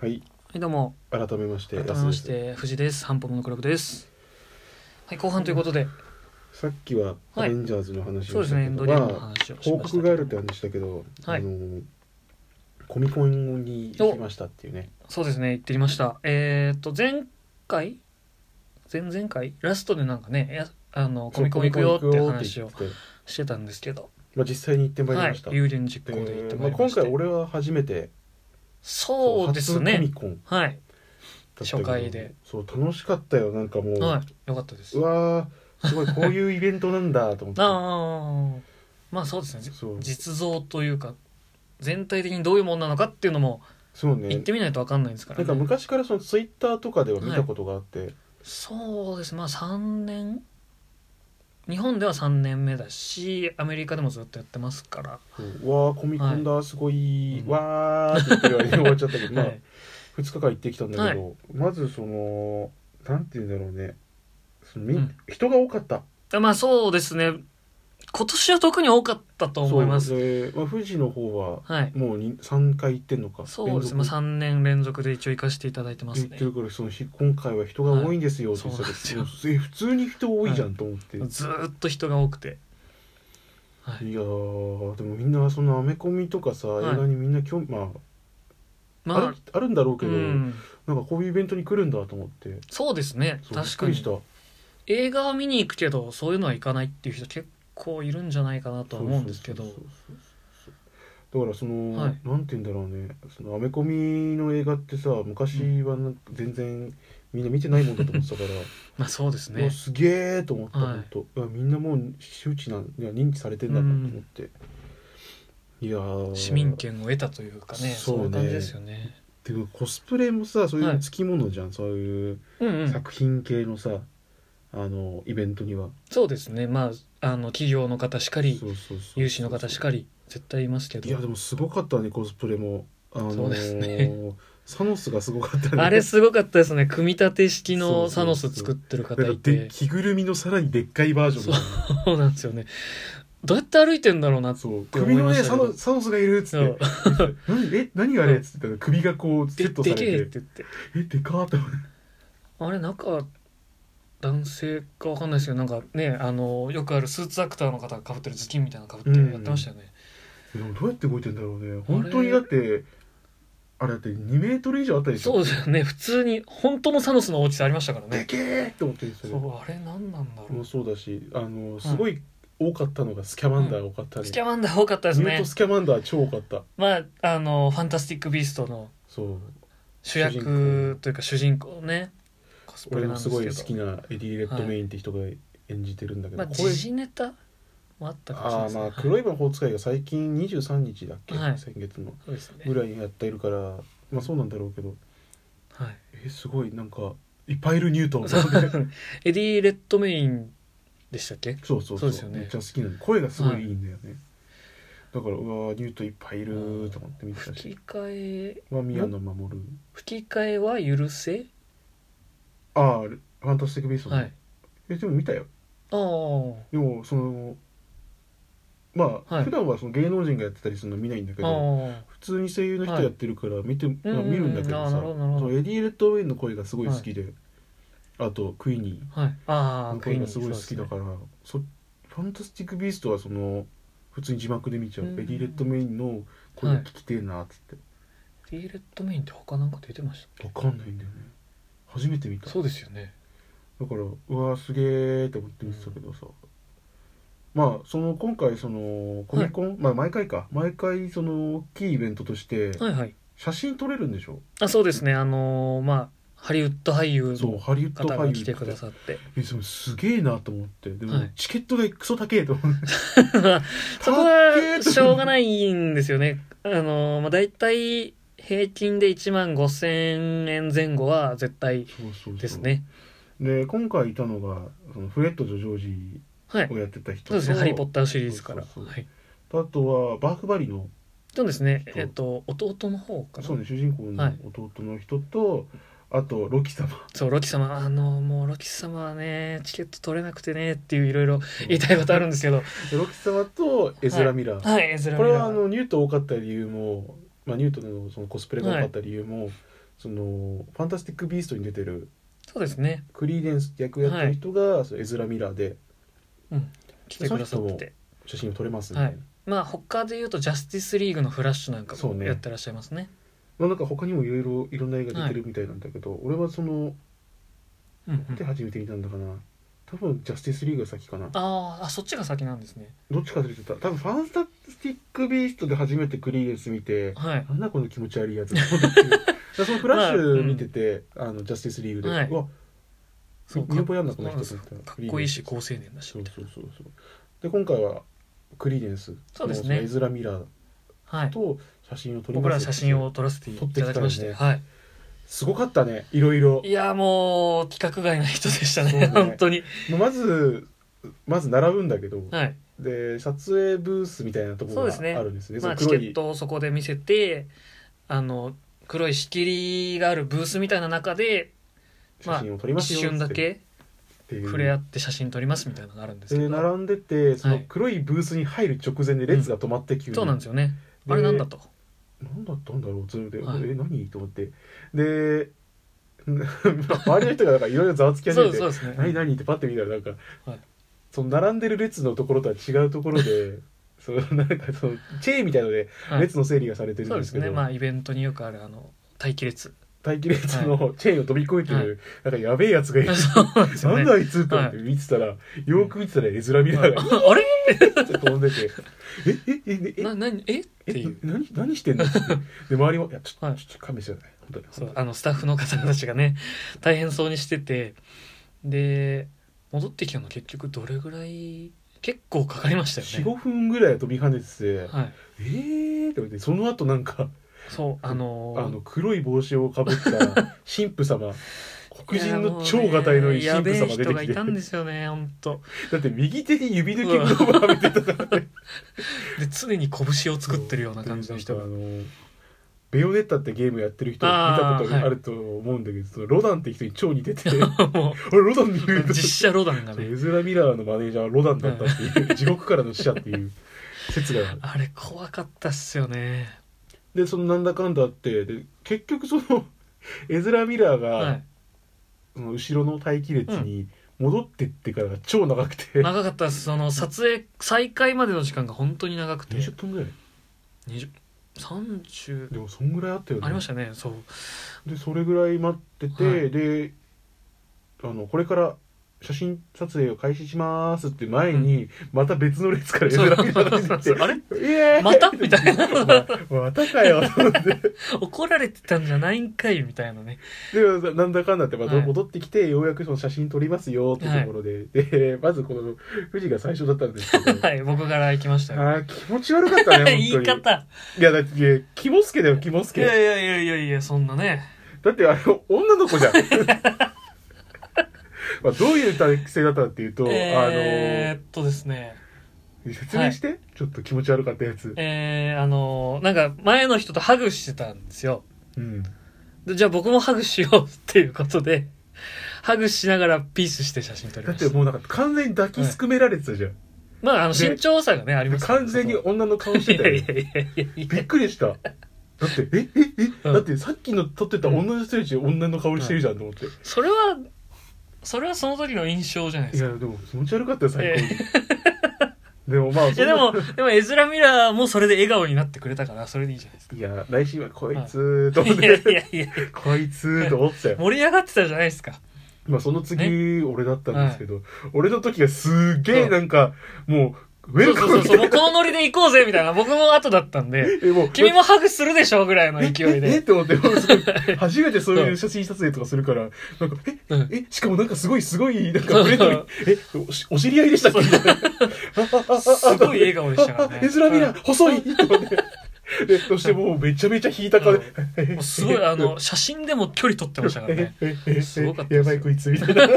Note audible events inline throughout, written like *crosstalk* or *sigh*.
はいはいどうも改めまして改め安までしすて藤です半歩のクラブですはい後半ということでさっきははアいベンジャーズの話そうをでしすたねエけンど、ドリームのまあ話をし報ました告があるって話したけど、はいあのコミコンに行きましたっていうねそうですね行ってきましたえっ、と前回前々回ラストでなんかねやあのコミコン行くよっていう話をコミコン行くよって言ってしてたんですけどまあ、実際に行ってまいりはまいした、有言実で行で行ってままあ、いりま今して、回俺は初めてそうです初コねミコンだっはいたけど初回でそう楽しかったよなんかもう、はいよかったですうわーすごいこういうイベントなんだと思って *laughs* ああまあそうですねじそう実像というか全体的にどういうものなのかっていうのもそう行っねてみないと分かんないですからなんね、か昔からそのツイッターとかでは見たことがあって、そうですまあ3年日本では3年目だしアメリカでもずっとやってますから、そうわーコミコンだ、すごい、うんわーって言って終わっちゃ *laughs* ったけど、まあは、い2日間行ってきたんだけど、まずそのなんて言うんだろうねそのみ、うん人が多かったあまあそうですね今年は特に多かったと思いますそうで、まあ、富士の方ははいもう3回行ってんのかそうです連ね、まあ、続3年連続で一応行かせていただいてます言ねってるからそのひ今回は人が多いんですよって言ってたけど、はいえ普通に人多いじゃんと思って、い、ずーっと人が多くてはいやーでもみんなそのアメコミとかさ、はい映画にみんな興味まあ、あまあるあるんだろううけど、んなんかこういうイベントに来るんだと思ってそうですねそう確かびっにくりした映画は見に行くけどそういうのは行かないっていう人結構いるんじゃないかなとは思うんですけどそうそうそうそうだからその、はいなんて言うんだろうねそのアメコミの映画ってさ昔はなんか全然みんな見てないもんだと思ってたから、まあそうですうわ *laughs* ねすげえと思った、はい本当うわみんなもう周知なんいや認知されてんだなと思って、いやー市民権を得たというかねそうそねういう感じですよねてかコスプレもさそういはういつきものじゃん、そういううんうん作品系のさ、あのイベントにはそうですねまああの企業の方しかりそうそうそう有志の方しかり絶対いますけいやどでもすごかったねコスプレもあのーそうですねサノスがすごかったねあれすごかったですね組み立て式そうそうのそうサノス作ってるなん方かいでて着ぐるみのさらにでっかいバージョンだねそうなんですよねどうやって歩いてんだろうなってそう思首いのまねしたサけどノサノスがいるっつそって *laughs* う何え何あれっつってたら首がこうセでットされでけえってて言ってえでかーって思ってあれ中男性かわかんないですけどなんかねあのよくあるスーツアクターの方がかぶってる頭巾みたいなのかぶってうんやってましたよね、でもどうやって動いてんだろうね本当にだってあれだって2メートル以上あったでしょそうですよね普通に本当のサノスの大きさありましたからでねけーって思ってるんですそようあれ何なんだろもううそうだしあのすごい多かったのがスキャマンダー多かったねスキャマンダー多かったですミューねトスキャマンダー超多かったまああの「ファンタスティック・ビースト」のそう主役というか主人公ねコスプ俺レなんのですすごいけ好どきなエディ・レッドメインって人が演じてるんだけど、まあこれ時事ネタもあったかもしれあないあですまねあ黒い魔法使いが最近23日だっけ、はい先月のそうですねぐらいにやっているからまあそうなんだろうけどはい *laughs* えーすごいなんかいっぱいいるニュートンそそううエディ・レッドメインでしたっけそうそうそうですよねめっちゃ好きなの声がすごいいいんだよね、だからうわーニュートンいっぱいいると思って見てたし吹き替えまあ宮野真守吹き替えは許せああファンタスティック・ビーストの、はいえでも見たよああでもそのまあ、はい普段はその芸能人がやってたりするの見ないんだけどあ普通に声優の人はいやってるから見て、まあうんうんうん見るんだけどあーさなるほどなるほどそうエディ・レッドウェインの声がすごい好きで、あとクイニあはいあーあの声がすごい好きだからそ、ファンタスティック・ビーストはその普通に字幕で見ちゃう、うんうんエディ・レッドメインの声聞きてえなっつって、ディーレッドメインって他なんか出てましたっわかんないんだよね初めて見たけだそうですよねからうわーすげーって思って見てたけどさ、まあその今回そのコミコン、まあ毎回か毎回その大きいイベントとしてはいはい写真撮れるんでしょ、あそうですねあのーまあハリウッド俳優そうのハリウッド方俳優が来てくださってえそれすげえなと思ってでも、はいチケットがクソ高えと思って *laughs* そこはしょうがないんですよねあのーまあ大体平均で1万5000円前後は絶対そうそうそうですねで今回いたのがそのフレッドとジョージはいをやってた人そと、うですね「ハリー・ポッター」シリーズからそうそうそうはいあとはバーフバリのそうですねそうえっと弟の方かなそうね主人公の弟の人と、あとロキ様そう、ロキ様、あの、もうロキ様はね、チケット取れなくてね、っていういろいろ言いたいことあるんですけど、ロキ様とエズラ・ミラー、はい、エズラこミれはラあー。のニュート多かった理由も、まあ、ニュートのそのコスプレが多かった理由も、そのファンタスティック・ビーストに出てるそうですね、クリーデンスって役をやってる人が、そのエズラ・ミラーで来てくださってて。写真を撮れますみたいな、はいまあ、他で言うと、ジャスティスリーグのフラッシュなんかそうもねやってらっしゃいますね。まあ、なんか他にもいろいろいろんな映画出てるみたいなんだけど、俺はそのうんうんで初めて見たんだかな多分ジャスティス・リーグが先かなあーあ、そっちが先なんですね。どっちかというと多分ファンスタスティック・ビーストで初めてクリーデンス見てはい。なんだこの気持ち悪いやつ *laughs* だからそのフラッシまあうュん見てて、あのジャスティス・リーグで、はいうわそう見覚えあんなこの人そうみたいなかっこいいし、好青年だしそみうたいそなうそうそうで今回はクリーデンスそうですねののエズラ・ミラーはい。と写真を撮ります僕ら写真を撮らせていただきまして、撮ってきはい。すごかったねいろいろいやーもう企画外な人でしたねそうね本当にもうまずまず並ぶんだけど、はいで撮影ブースみたいなとこそうろですねがあるんですねまあそチのケ黒ッいトをそこで見せてあの黒い仕切りがあるブースみたいな中で写真を撮りま一すよ瞬だっけていう触れ合って写真撮りますみたいなのがあるんですけでど、並んでてそはのい黒いブースに入る直前で列が止まって急に、そうなんですよねあれなんだとなんだったんだろうズームで、はいえ何と思ってで *laughs* 周りの人がなんかいろいろざわつき始そめうてそうですね何何ってパッて見たらなんか、はいその並んでる列のところとは違うところ *laughs* でそのなんかそのチェーンみたいのではい列の整理がされてるそんでうですすけど、ねまあイベントによくあるあの待機列待機列のチェーンを飛び越えてる、なんかやべえやつがいる、 *laughs* そうなんですよなねんだあいつと思って見てたら、よく見てたら絵面見ながら、はいあれって飛んでて「えええええな何えってえいう何何してんの?」ってで周りも「いやちょっと、はいちょっと勘弁してください本当にそう本当あのスタッフの方たちがね大変そうにしててで戻ってきたの結局どれぐらい結構かかりましたによね45分ぐらいは飛び跳ねててはい「えー」って思ってその後なんかそうあのーあの黒い帽子をかぶった神父様黒人の超がたいのいいいや神も父様うねやべえ出人てがきいてたんですよね本当だって右手に指抜きグローブはめてたからねで常に拳を作ってるような感じの人があのベヨネッタってゲームやってる人見たことがあると思うんだけど、そのロダンって人に超似て *laughs* ても俺ロダンに言ううと実写ロダンがそうねエズラ・ミラーのマネージャーはロダンだったって *laughs* いう、地獄からの死者っていう説があるあれ怖かったっすよねでそのなんだかんだあってで結局その *laughs* エズラ・ミラーが、はいその後ろの待機列に戻ってってからが超長くて、長かったっすその撮影再開までの時間が本当に長くて20分ぐらい20 30でもそんぐらいあったよねありましたねそうでそれぐらい待ってて、はいであのこれから写真撮影を開始しますって前に、また別の列からエズラ・ミラーが出てきて *laughs* そうあれ「 *laughs* えーまたみたいな *laughs* ままたかよ」 *laughs* と思って。怒られてたんじゃないんかいみたいなねでなんだかんだってまたはい戻ってきて、ようやくその写真撮りますよってところで、でまずこの富士が最初だったんですけど、はい僕から行きましたよ *laughs* あー気持ち悪かったね言い本当に方いやだってキモスケだよキモスいケやいやいやいやいやそんなねだってあれ女の *laughs* 子じゃんまあどういう体勢だったかっていうと、えー、っとですねあの説明して、ちょっと気持ち悪かったやつ、えー、あのなんか前の人とハグしてたんですようん、でじゃあ僕もハグしようっていうことでハグしながらピースして写真撮りだっまてしたもうなんか完全に抱きすくめられてたじゃん、まああので身長差がねありますから完全にそこ女の顔していたよやねいやいやいやいびっくりした。だって、え、え、え、うんだってさっきの撮ってた女の人たち女の香りしてるじゃんと思って。やそれはそれはその時の印象じゃないでいすかや、でも気持ち悪かったよ、最高に。でもまあ、いやでも、でも、エズラ・ミラーもそれで笑顔になってくれたから、それでいいじゃないですか。いや、来週はこいつーと思っいやいて、やいや、こいつーと思ってたよ。盛り上がってたじゃないですか。まあ、その次、俺だったんですけど、俺の時がすーげえなんか、もう、ウェそルうそカムみうそうそたう、いもうな。このノリで行こうぜ、みたいな。僕も後だったんで、え、もう、君もハグするでしょ、ぐらいの勢いえ、えで。って思って、もうすご *laughs* い、初めてそういう写真撮影とかするから、なんか、え、うんえ、しかもなんかすごいすごい、なんかフレンドリー、え、おしお知り合いでしたっけみたいなああああすごい笑顔でしたからねああエズラミラー、細いと思って。で、そしてもうめちゃめちゃ引いた顔で、えもうすごい、あの、写真でも距離取ってましたからえね。ええすごかったえですやばよいこいつみ *laughs* たいな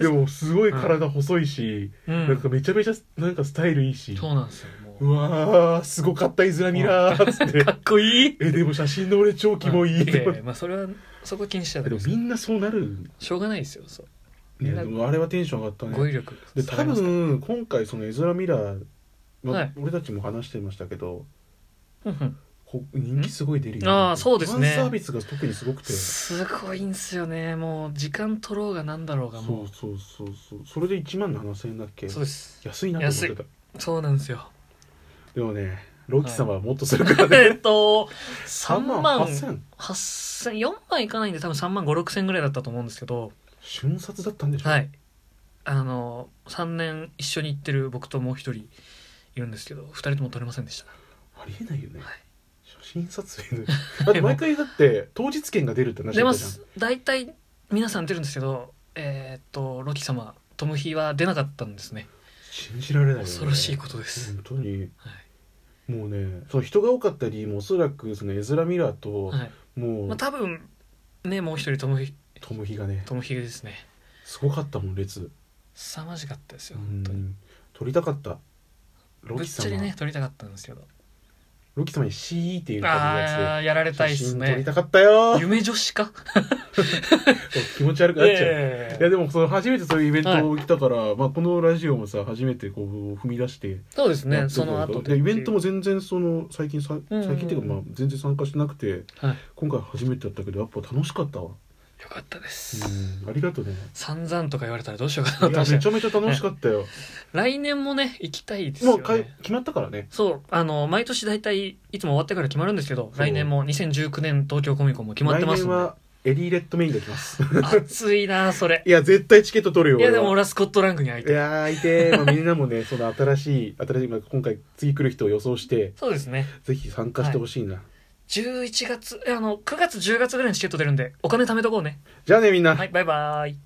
でもすごい体細いし、うなんかん。めちゃめちゃなんかスタイルいいしそうなんですよ、もう。うわーすごかったイズラミラーっつってかっこいいえでも写真の俺超キモいいやいやまあそれはそこ気にしちゃ *laughs* でダメもですみんなそうなるしょうがないですよそういやでもあれはテンション上がった語彙ね力で下が多りますから分今回そのエズラ・ミラー、まはい俺たちも話してましたけどうんうんこ人気すごい出るよ、あーそうですねファンサービスが特にすごくてそすごいんすよねもう時間取ろうがなんだろうがもうそうそうそうそれで1万7000円だっけうそうです安いなと思ってたそうなんですよでもねロキ様はもっとするからね、 *laughs* えっと3 3万万8000 8000 4万いかないんで多分3万5 6千ぐらいだったと思うんですけど瞬殺だったんでしょ、はいあの3年一緒に行ってる僕ともう一人いるんですけど2人とも取れませんでしたありえないよね、はい写真撮影 *laughs* でだって毎回だって当日券が出るって話出だっまたじゃんす大体皆さん出るんですけどえーっとロキ様トムヒは出なかったんですね信じられないよね恐ろしいことです、本当にはもうねその人が多かったりもうおそらくそのエズラ・ミラーと、い、はいもう、まあ、多分ねもう一人トムヒトム・ヒがねトムヒゲですねすごかったもん列凄まじかったですうよ本当にん撮りたかったロぶっキちゃけ様、ね撮りたかったんですけどロキ様に「シー」っていうあ感あやられじのたいやっつで写す真撮りねたかったよ夢女子か気持ち悪くなっちゃう *laughs* いやでもその初めてそういうイベントを来たから、まあ、このラジオもさ初めてこう踏み出してそうですやねってたそけどの後でイベントも全然その最近さうんうん最近っていうかまあ全然参加してなくて、はい今回初めてだったけどやっぱ楽しかったわ、よかったです、うん、ありがとうね *laughs* 散々とか言われたらどうしようかいやなとめ思いましちたゃめちゃ楽しかった *laughs* よ来年もね行きたいですもようかいね決まったからねそうあの毎年大体いつも終わってから決まるんですけどそう来年も2019年東京コミコンも決まってます来年んはエリー・レッドメインできます *laughs* で熱いなそれいや絶対チケット取るよいや俺ではも俺はスコットランクに会いいたいやーいて *laughs* ー、まあ、みんなもねその新しい新しい、まあ、今回次来る人を予想してそうですねぜひ参加してほしいな、 11月えあの9月10月ぐらいにチケット出るんでお金貯めとこうねじゃあねみんな、はいバイバーイ